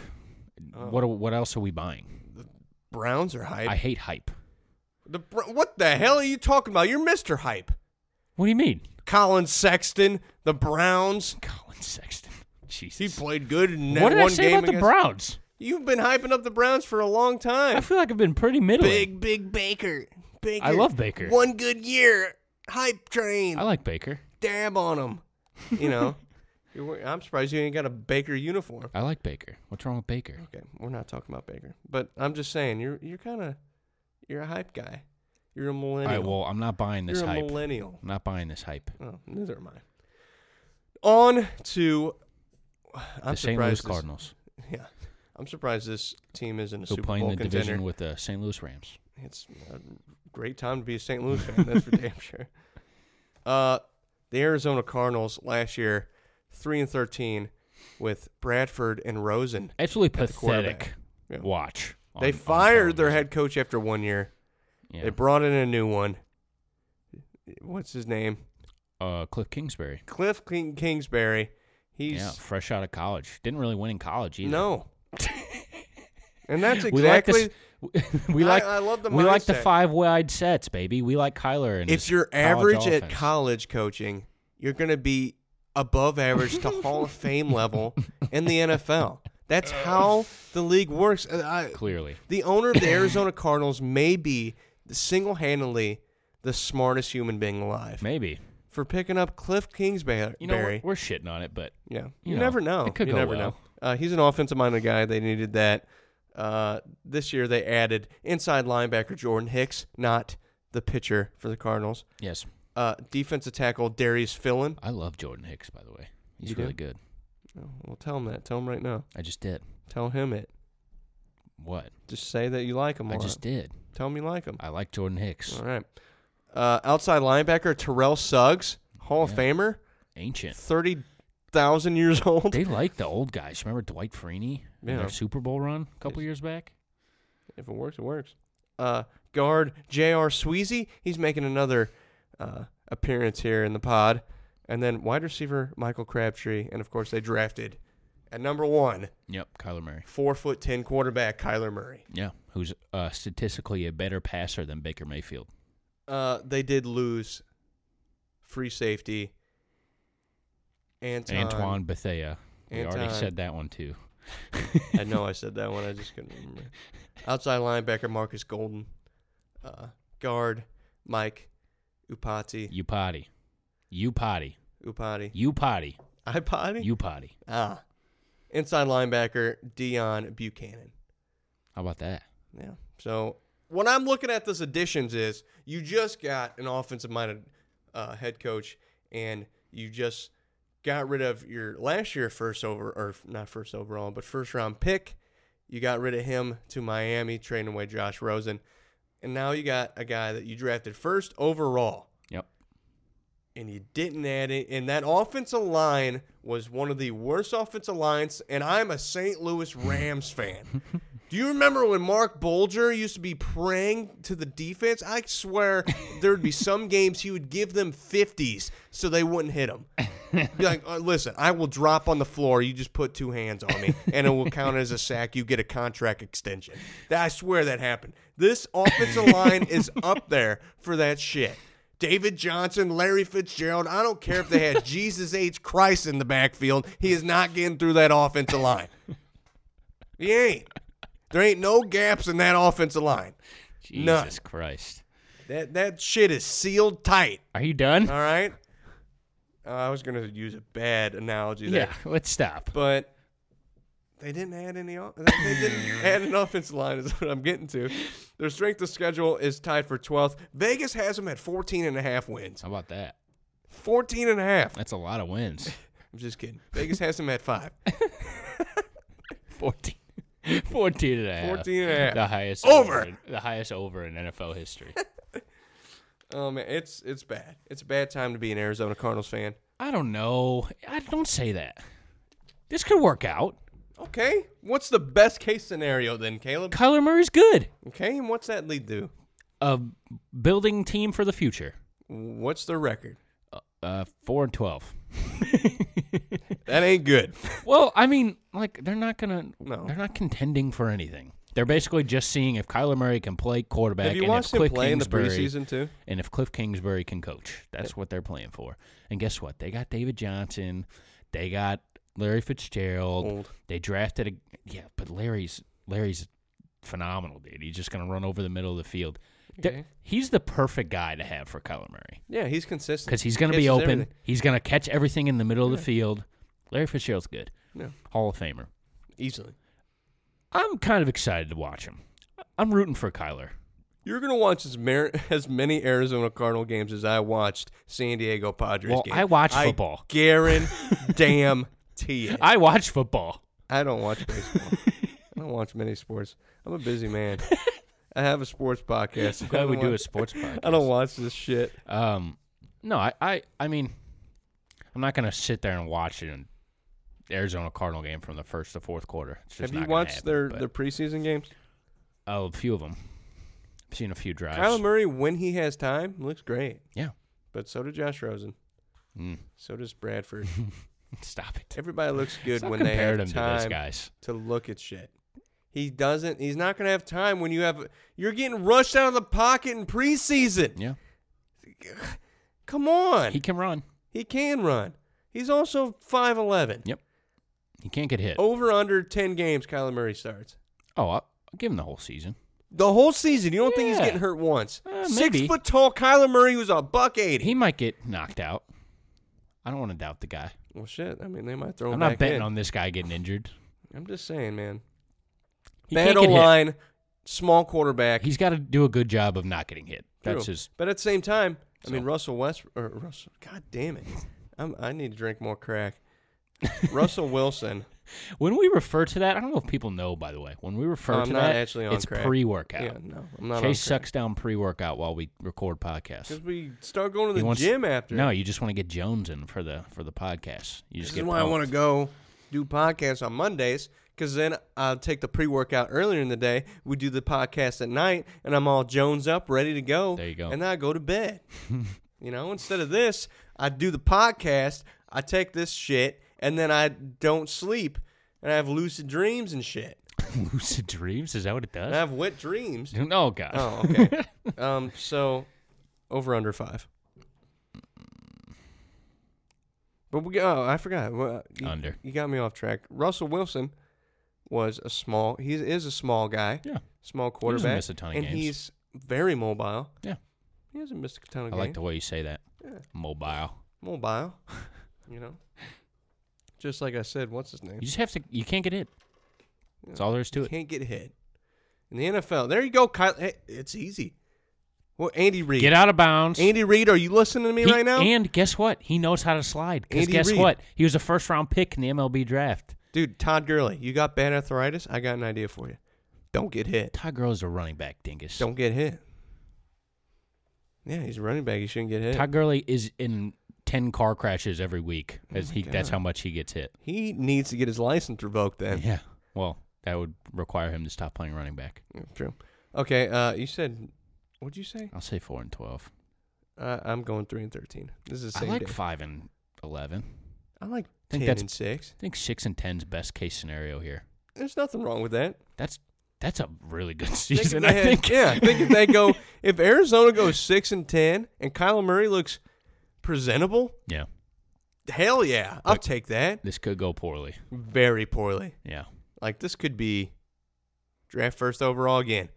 B: What a- what else are we buying?
A: Browns are
B: I,
A: Oh. hype.
B: hate hype.
A: the Br- what the hell are you talking about? You're Mister Hype.
B: What do you mean?
A: Colin Sexton, the Browns.
B: Colin Sexton.
A: He
B: Jesus.
A: played good in that
B: What did
A: one
B: I say
A: game
B: about the
A: against-
B: Browns?
A: You've been hyping up the Browns for a long
B: I
A: time.
B: feel like I've been pretty middling.
A: Big, big Baker. Baker.
B: I love Baker.
A: One good year. Hype train.
B: I like Baker.
A: Dab on him. You know. You're wear- I'm surprised you ain't got a Baker uniform.
B: I like Baker. What's wrong with Baker?
A: Okay, we're not talking about Baker, but I'm just saying you're you're kind of you're a hype guy. You're a
B: All
A: millennial.
B: right, well, I'm not buying this
A: You're a
B: hype.
A: millennial.
B: I'm not buying this hype.
A: Oh, neither am I. On to I'm
B: the St. Louis
A: surprised this-
B: Cardinals,
A: yeah, I'm surprised this team isn't a
B: who
A: Super
B: play in
A: Bowl
B: the
A: contender.
B: division with the St. Louis Rams.
A: It's a great time to be a St. Louis fan. That's for damn sure. Uh, the Arizona Cardinals last year, three and thirteen, with Bradford and Rosen.
B: Absolutely
A: At the quarterback.
B: pathetic.
A: Yeah.
B: Watch. on-
A: they
B: on
A: fired their
B: television.
A: head coach after one year.
B: Yeah.
A: They brought in a new one. What's his name?
B: uh, Cliff Kingsbury.
A: Cliff King- Kingsbury. He's
B: yeah, fresh out of college. Didn't really win in college either.
A: no. and that's
B: We like
A: exactly
B: this. We
A: I-
B: like.
A: I love the
B: We like the
A: mindset.
B: five wide sets, baby. We like Kyler. And
A: if
B: his
A: you're
B: college
A: average at
B: offense.
A: college coaching, you're going to be above average to Hall of Fame level in the NFL. That's how the league works. Uh, I,
B: clearly,
A: the owner of the Arizona Cardinals may be single handedly the smartest human being alive
B: maybe
A: for picking up Cliff Kingsbury.
B: you know we're, we're shitting on it, but
A: Yeah, you,
B: you know,
A: never know.
B: it could
A: you
B: go
A: never
B: well.
A: know. Uh, he's an offensive-minded guy. They needed that. Uh, this year they added inside linebacker Jordan Hicks, not the pitcher for the Cardinals.
B: yes,
A: Uh, defensive tackle Darius Fillon.
B: I love Jordan Hicks. By the way, he's
A: You do?
B: really good.
A: Oh, well, tell him that. Tell him right now.
B: I just did
A: Tell him it.
B: what
A: Just say that you like him.
B: I
A: Laura.
B: just did.
A: tell him you like him.
B: I like Jordan Hicks.
A: All right. Uh, outside linebacker Terrell Suggs, Hall of
B: Yeah.
A: Famer,
B: Ancient.
A: thirty thousand years old.
B: They like the old guys. Remember Dwight Freeney in
A: Yeah.
B: their Super Bowl run a couple
A: Yes.
B: years back?
A: If it works, it works. Uh, guard J.R. Sweezy, he's making another uh, appearance here in the pod. And then wide receiver Michael Crabtree, and of course they drafted at number one,
B: Yep, Kyler Murray.
A: four foot ten quarterback Kyler Murray.
B: Yeah, who's uh, statistically a better passer than Baker Mayfield.
A: Uh, they did lose free safety. Anton.
B: Antoine Bethea. We already
A: Anton.
B: said that one too.
A: I know I said that one. I just couldn't remember. Outside linebacker Marcus Golden, uh, guard Mike Upati.
B: You potty. You potty.
A: Upati.
B: You potty.
A: I potty.
B: You potty.
A: Ah. Inside linebacker, Dion Buchanan.
B: How about that?
A: Yeah. So when I'm looking at this additions is you just got an offensive minded uh, head coach and you just got rid of your last year first over or not first overall, but first round pick. You got rid of him to Miami, trading away Josh Rosen. And now you got a guy that you drafted first overall
B: Yep.
A: and you didn't add it. And that offensive line was one of the worst offensive lines. And I'm a St. Louis Rams fan. Do you remember when Mark Bolger used to be praying to the defense? I swear there would be some games he would give them 50s so they wouldn't hit him. Be like, "Uh, listen, I will drop on the floor. You just put two hands on me, and it will count as a sack. You get a contract extension. That- I swear that happened. This offensive line is up there for that shit. David Johnson, Larry Fitzgerald. I don't care if they had Jesus H. Christ in the backfield. He is not getting through that offensive line. He ain't. There ain't no gaps in that offensive line.
B: Jesus
A: None.
B: Christ.
A: That that shit is sealed tight.
B: Are you done?
A: All right. Uh, I was gonna use a bad analogy there,
B: yeah, let's stop.
A: but they didn't add any. o- They they didn't add an offensive line. Is what I'm getting to. Their strength of schedule is tied for 12th. Vegas has them at 14 and a half wins.
B: How about that?
A: 14 and a half.
B: That's a lot of wins.
A: I'm just kidding. Vegas has them at five.
B: 14. 14 and a half.
A: 14 and a half.
B: The highest
A: Over.
B: in- the highest over in NFL history.
A: Oh man, it's it's bad. It's a bad time to be an Arizona Cardinals fan.
B: I don't know. I don't say that. This could work out.
A: Okay, what's the best case scenario then, Caleb?
B: Kyler Murray's good.
A: Okay, and what's that lead to?
B: A building team for the future.
A: What's their record?
B: Uh, four and twelve.
A: That ain't good.
B: Well, I mean, like they're not gonna.
A: No.
B: They're not contending for anything. They're basically just seeing if Kyler Murray can play quarterback.
A: Have you
B: and
A: watched
B: if
A: him
B: Cliff
A: play in the
B: Kingsbury,
A: preseason too?
B: and if Cliff Kingsbury can coach. That's what they're playing for. And guess what? They got David Johnson. They got Larry Fitzgerald.
A: Old.
B: They drafted a yeah, but Larry's Larry's phenomenal, dude. He's just gonna run over the middle of the field. They're-
A: Okay.
B: He's the perfect guy to have for Kyler Murray
A: Yeah, he's consistent
B: because he's gonna be
A: Catches
B: open.
A: everything.
B: He's gonna catch everything in the middle of the field. Larry Fitzgerald's good.
A: Yeah.
B: Hall of Famer.
A: easily.
B: I'm kind of excited to watch him. I'm rooting for Kyler.
A: You're gonna watch as, Mar- as many Arizona Cardinal games as I watched San Diego Padres.
B: Well,
A: games.
B: I watch football.
A: Guarantee damn it.
B: I watch football.
A: I don't watch baseball. I don't watch many sports. I'm a busy man. I have a sports podcast.
B: I'm glad
A: I
B: we
A: don't
B: do
A: wa-
B: a sports podcast.
A: I don't watch this shit.
B: Um, no, I, I, I mean, I'm not gonna sit there and watch an Arizona Cardinal game from the first to fourth quarter. It's just
A: Have you
B: not gonna
A: watched
B: happen,
A: their,
B: but-
A: their preseason games?
B: Oh, a few of them. I've seen a few drives.
A: Kyler Murray, when he has time, looks great.
B: Yeah.
A: But so did Josh Rosen.
B: Mm.
A: So does Bradford.
B: Stop it.
A: Everybody looks good
B: Stop
A: when they
B: comparing
A: have
B: him to those
A: time
B: guys.
A: to look at shit. He doesn't. He's not going to have time when you have. You're getting rushed out of the pocket in preseason.
B: Yeah,
A: Come on.
B: he
A: He,
B: can run.
A: can run. He's also five eleven.
B: Yep, he can't get hit. Oh,
A: Over under ten games, Kyler Murray starts.
B: I'll, I'll give him the whole season.
A: The whole season. You don't think he's
B: Yeah.
A: getting hurt once?
B: Uh,
A: Six
B: maybe.
A: foot tall Kyler Murray was a buck eighty.
B: He might get knocked out. I don't want to doubt the guy.
A: well, shit. I mean, they might throw him
B: I'm not
A: back
B: betting
A: in.
B: on this guy getting injured.
A: I'm just saying, man.
B: He
A: Bad
B: can't get
A: old
B: hit.
A: line, small quarterback.
B: He's got to do a good job of not getting hit.
A: True.
B: That's his.
A: But at the same time, I mean
B: So-
A: Russell West or Russell. God damn it! I'm, I need to drink more crack. Russell Wilson.
B: When we refer to that, I don't know if people know. By the way, when we refer
A: I'm
B: to
A: Oh, not
B: that,
A: actually on
B: it's
A: crack.
B: pre-workout.
A: Yeah, no, I'm not.
B: Chase sucks down pre-workout while we record podcasts.
A: because we start going to
B: He
A: the
B: wants-
A: gym after.
B: No, you just want to get Jones in for the for the podcast. You
A: this
B: just
A: is
B: get
A: why I want
B: pumped.
A: to go do podcasts on Mondays because then I'll take the pre-workout earlier in the day. We do the podcast at night, and I'm all Jones up, ready to go.
B: There you go.
A: And then I go to bed. you know, instead of this, I do the podcast. I take this shit, and then I don't sleep, and I have lucid dreams and shit.
B: lucid dreams. Is that what it
A: And I
B: does?
A: have wet dreams.
B: No, God.
A: Oh, okay. um, so over under five. But we oh, I forgot. Well, You,
B: Under.
A: You got me off track. Russell Wilson was a small. He is a small guy.
B: Yeah,
A: Small quarterback.
B: miss a ton of
A: and
B: games.
A: he's very mobile.
B: yeah.
A: He hasn't missed a ton of
B: I like
A: games.
B: the way you say that. Mobile.
A: mobile. you know. Just like I said, what's his name?
B: You just have to. You can't get hit. That's all there is to it.
A: Can't get hit. In the NFL, there you go, Kyle. Hey, it's easy. Well, Andy Reid.
B: Get out of bounds.
A: Andy Reid, are you listening to me
B: He-
A: right now?
B: And guess what? He knows how to slide. Because
A: Andy
B: guess
A: Reid.
B: what? He was a first round pick in the MLB draft.
A: Dude, Todd Gurley, you got bad arthritis? I got an idea for you. Don't get hit.
B: Todd Gurley's a running back, dingus.
A: Don't get hit. Yeah, he's a running back. He shouldn't get hit.
B: Todd Gurley is in ten car crashes every week.
A: Oh
B: As he, that's how much he gets hit.
A: he needs to get his license revoked then.
B: Yeah. Well, that would require him to stop playing running back.
A: Yeah, True. Okay, uh, you said, what'd you say?
B: I'll say four and twelve.
A: Uh, I'm going 3 and 13. This is the
B: I
A: same
B: like
A: day.
B: five and eleven.
A: I like
B: think
A: 10
B: that's-
A: and 6.
B: I think six and ten's best case scenario here.
A: There's nothing wrong with that.
B: That's that's a really good
A: Think if
B: season.
A: they
B: I
A: had-
B: think.
A: Yeah, I think if they go, if Arizona goes 6 and 10 and Kyler Murray looks presentable,
B: yeah,
A: hell yeah. I'll
B: But-
A: take that.
B: this could go poorly.
A: Very poorly.
B: Yeah,
A: Like this could be draft first overall again.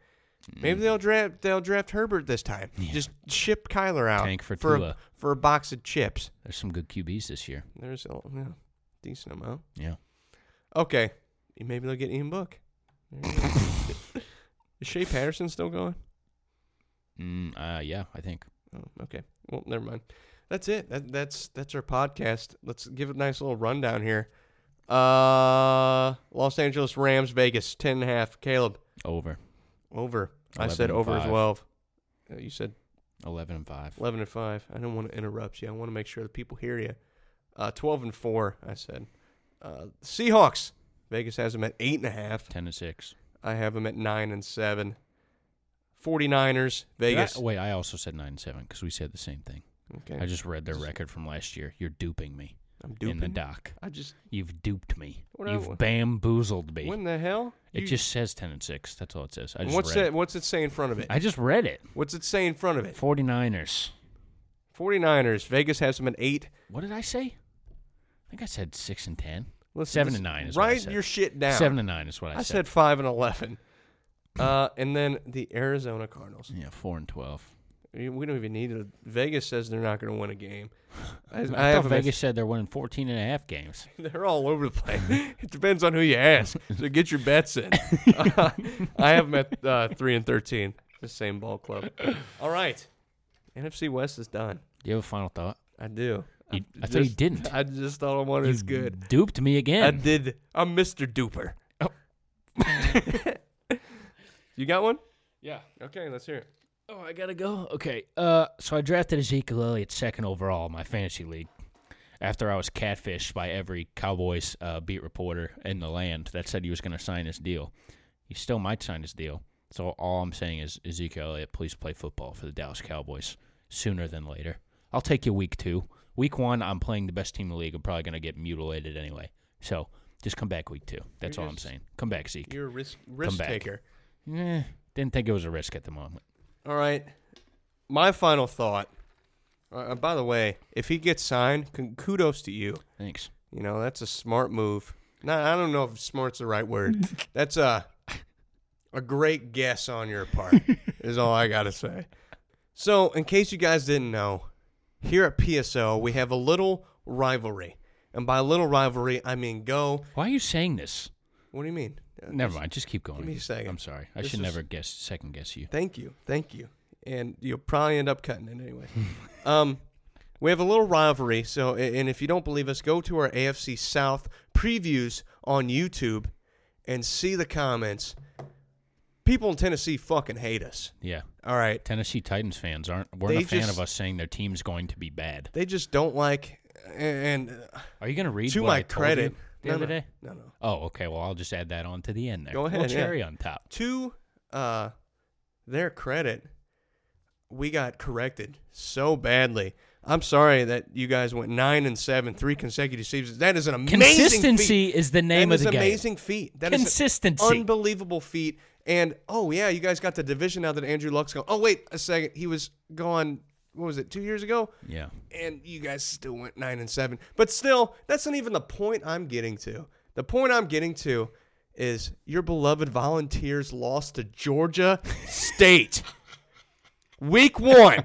B: Mm,
A: Maybe they'll draft they'll draft Herbert this time.
B: Yeah.
A: Just ship Kyler out
B: Tank for
A: a,
B: Tua.
A: for a box of chips.
B: there's some good QBs this year.
A: There's a yeah, decent amount.
B: Yeah,
A: Okay, maybe they'll get Ian Book. There you go. Is Shea Patterson still going?
B: mm, uh, yeah, I think.
A: Oh, okay. Well, never mind. That's it. That, that's that's our podcast. Let's give a nice little rundown here. Uh, Los Angeles Rams, Vegas, ten and a half. Caleb,
B: Over
A: over. I said
B: 11 and
A: over as
B: five.
A: well. Uh, you said
B: eleven and five.
A: 11 and 5. I don't want to interrupt you. I want to make sure the people hear you. Uh, 12 and 4, I said. Uh, Seahawks. Vegas has them at 8.5.
B: Ten and six.
A: I have them at 9 and 7. 49ers. Vegas.
B: Did I- wait, I also said nine and seven because we said the same thing.
A: okay.
B: I just read their record from last year. You're duping me
A: I'm
B: in the
A: duping.
B: doc.
A: I just.
B: You've duped me.
A: What I-
B: You've bamboozled me.
A: When the hell?
B: it
A: You-
B: just says ten and six. That's all it says. I just
A: what's
B: read
A: that? What's it say in front of it?
B: It. I just read it.
A: what's it say in front of it?
B: 49ers.
A: 49ers. Vegas has them at 8.
B: What did I say? I think I said six and ten.
A: Listen,
B: Seven
A: this-
B: and nine is what I
A: Write
B: said.
A: your shit down.
B: Seven and nine is what I,
A: I said 5 and 11. Uh, and then the Arizona Cardinals.
B: Yeah, four and twelve.
A: You- We don't even need to. Vegas says they're not going to win a game. I,
B: I,
A: have
B: thought
A: a
B: Vegas
A: mess-
B: said they're winning 14 and a half games.
A: They're all over the place. it depends on who you ask. So get your bets in. I have them at uh, three and thirteen. the same ball club. All right. NFC West is done.
B: Do you have a final thought?
A: I do.
B: You- I thought you didn't.
A: I just thought I wanted it's Uh, good.
B: Duped me
A: I
B: again.
A: did. I'm Mr. Duper.
B: Oh.
A: you got one?
B: yeah.
A: Okay, let's hear it.
B: Oh, I gotta go. Okay. Uh, so I drafted Ezekiel Elliott second overall in my fantasy league after I was catfished by every Cowboys uh, beat reporter in the land that said he was gonna sign his deal. He still might sign his deal. So all I'm saying is Ezekiel Elliott, please play football for the Dallas Cowboys sooner than later. I'll take you week two. Week one, I'm playing the best team in the league. I'm probably gonna get mutilated anyway. So just come back week two. That's all I'm saying. Come back, Zeke.
A: You're a risk risk
B: back.
A: taker.
B: Eh, didn't think it was a risk at the moment.
A: All right. My final thought. Uh, by the way, if he gets signed, con- kudos to you.
B: Thanks.
A: You know, that's a smart move. No, I don't know if smart's the right word. That's a a great guess on your part. is all I got to say. So, in case you guys didn't know, here at PSO, we have a little rivalry. And by little rivalry, I mean go.
B: Why are you saying this?
A: What do you mean? Uh,
B: Never mind. Just keep going.
A: Give me a second.
B: I'm sorry. I
A: This
B: should
A: is-
B: never guess second guess you.
A: Thank you. Thank you. And you'll probably end up cutting it anyway. um, we have a little rivalry. So, a- and if you don't believe us, go to our AFC South previews on YouTube and see the comments. People in Tennessee fucking hate us.
B: Yeah.
A: All right.
B: Tennessee Titans fans aren't weren't
A: They
B: a fan
A: just-
B: of us saying their team's going to be bad.
A: They just don't like. And uh,
B: Are you going to read
A: to
B: what I
A: my
B: told
A: credit,
B: you the
A: no,
B: other
A: no,
B: day?
A: no, no.
B: Oh, okay. Well, I'll just add that on to the end there.
A: Go
B: Little
A: ahead, yeah.
B: cherry on top.
A: To uh, their credit, we got corrected so badly. I'm sorry that you guys went nine and seven, three consecutive seasons. That is an amazing
B: Consistency
A: feat.
B: is the name
A: That
B: of
A: is
B: the game.
A: amazing feat. That is an
B: Consistency.
A: unbelievable feat. And oh yeah, you guys got the division now that Andrew Luck's gone. Oh wait a second, he was gone. What was it? Two years ago,
B: Yeah.
A: and you guys still went nine and seven. But still, that's not even the point I'm getting to. The point I'm getting to is your beloved Volunteers lost to Georgia State. Week one.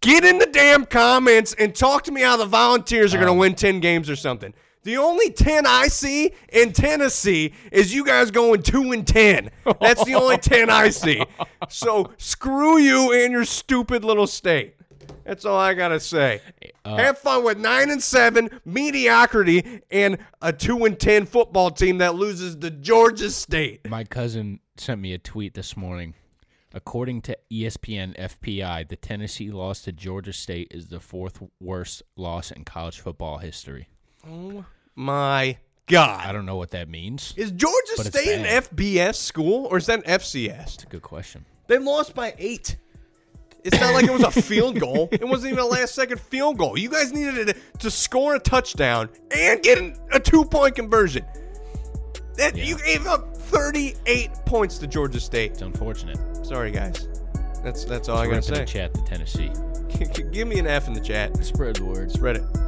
A: Get in the damn comments and talk to me how the Volunteers
B: Um,
A: are going to win 10 games or something. The only 10 I see in Tennessee is you guys going 2 and 10. That's the only 10 I see. So screw you and your stupid little state. That's all I got to say.
B: Uh,
A: Have fun with 9 and 7, mediocrity, and a 2 and 10 football team that loses to Georgia State.
B: My cousin sent me a tweet this morning. According to E ESPN FPI, the Tennessee loss to Georgia State is the fourth worst loss in college football history.
A: My God.
B: I don't know what that means.
A: Is Georgia
B: But it's
A: State an
B: bad.
A: FBS school or is that an FCS?
B: Good question.
A: They lost by eight. It's not like it was a field goal. It wasn't even a last second field goal. You guys needed to, to score a touchdown and get an- a two point conversion. That you gave up 38 points to Georgia State.
B: It's unfortunate.
A: Sorry guys. That's that's all
B: Rip
A: I
B: in
A: gotta
B: the
A: say.
B: chat to Tennessee.
A: Give me an F in the chat.
B: Spread the word.
A: Spread it.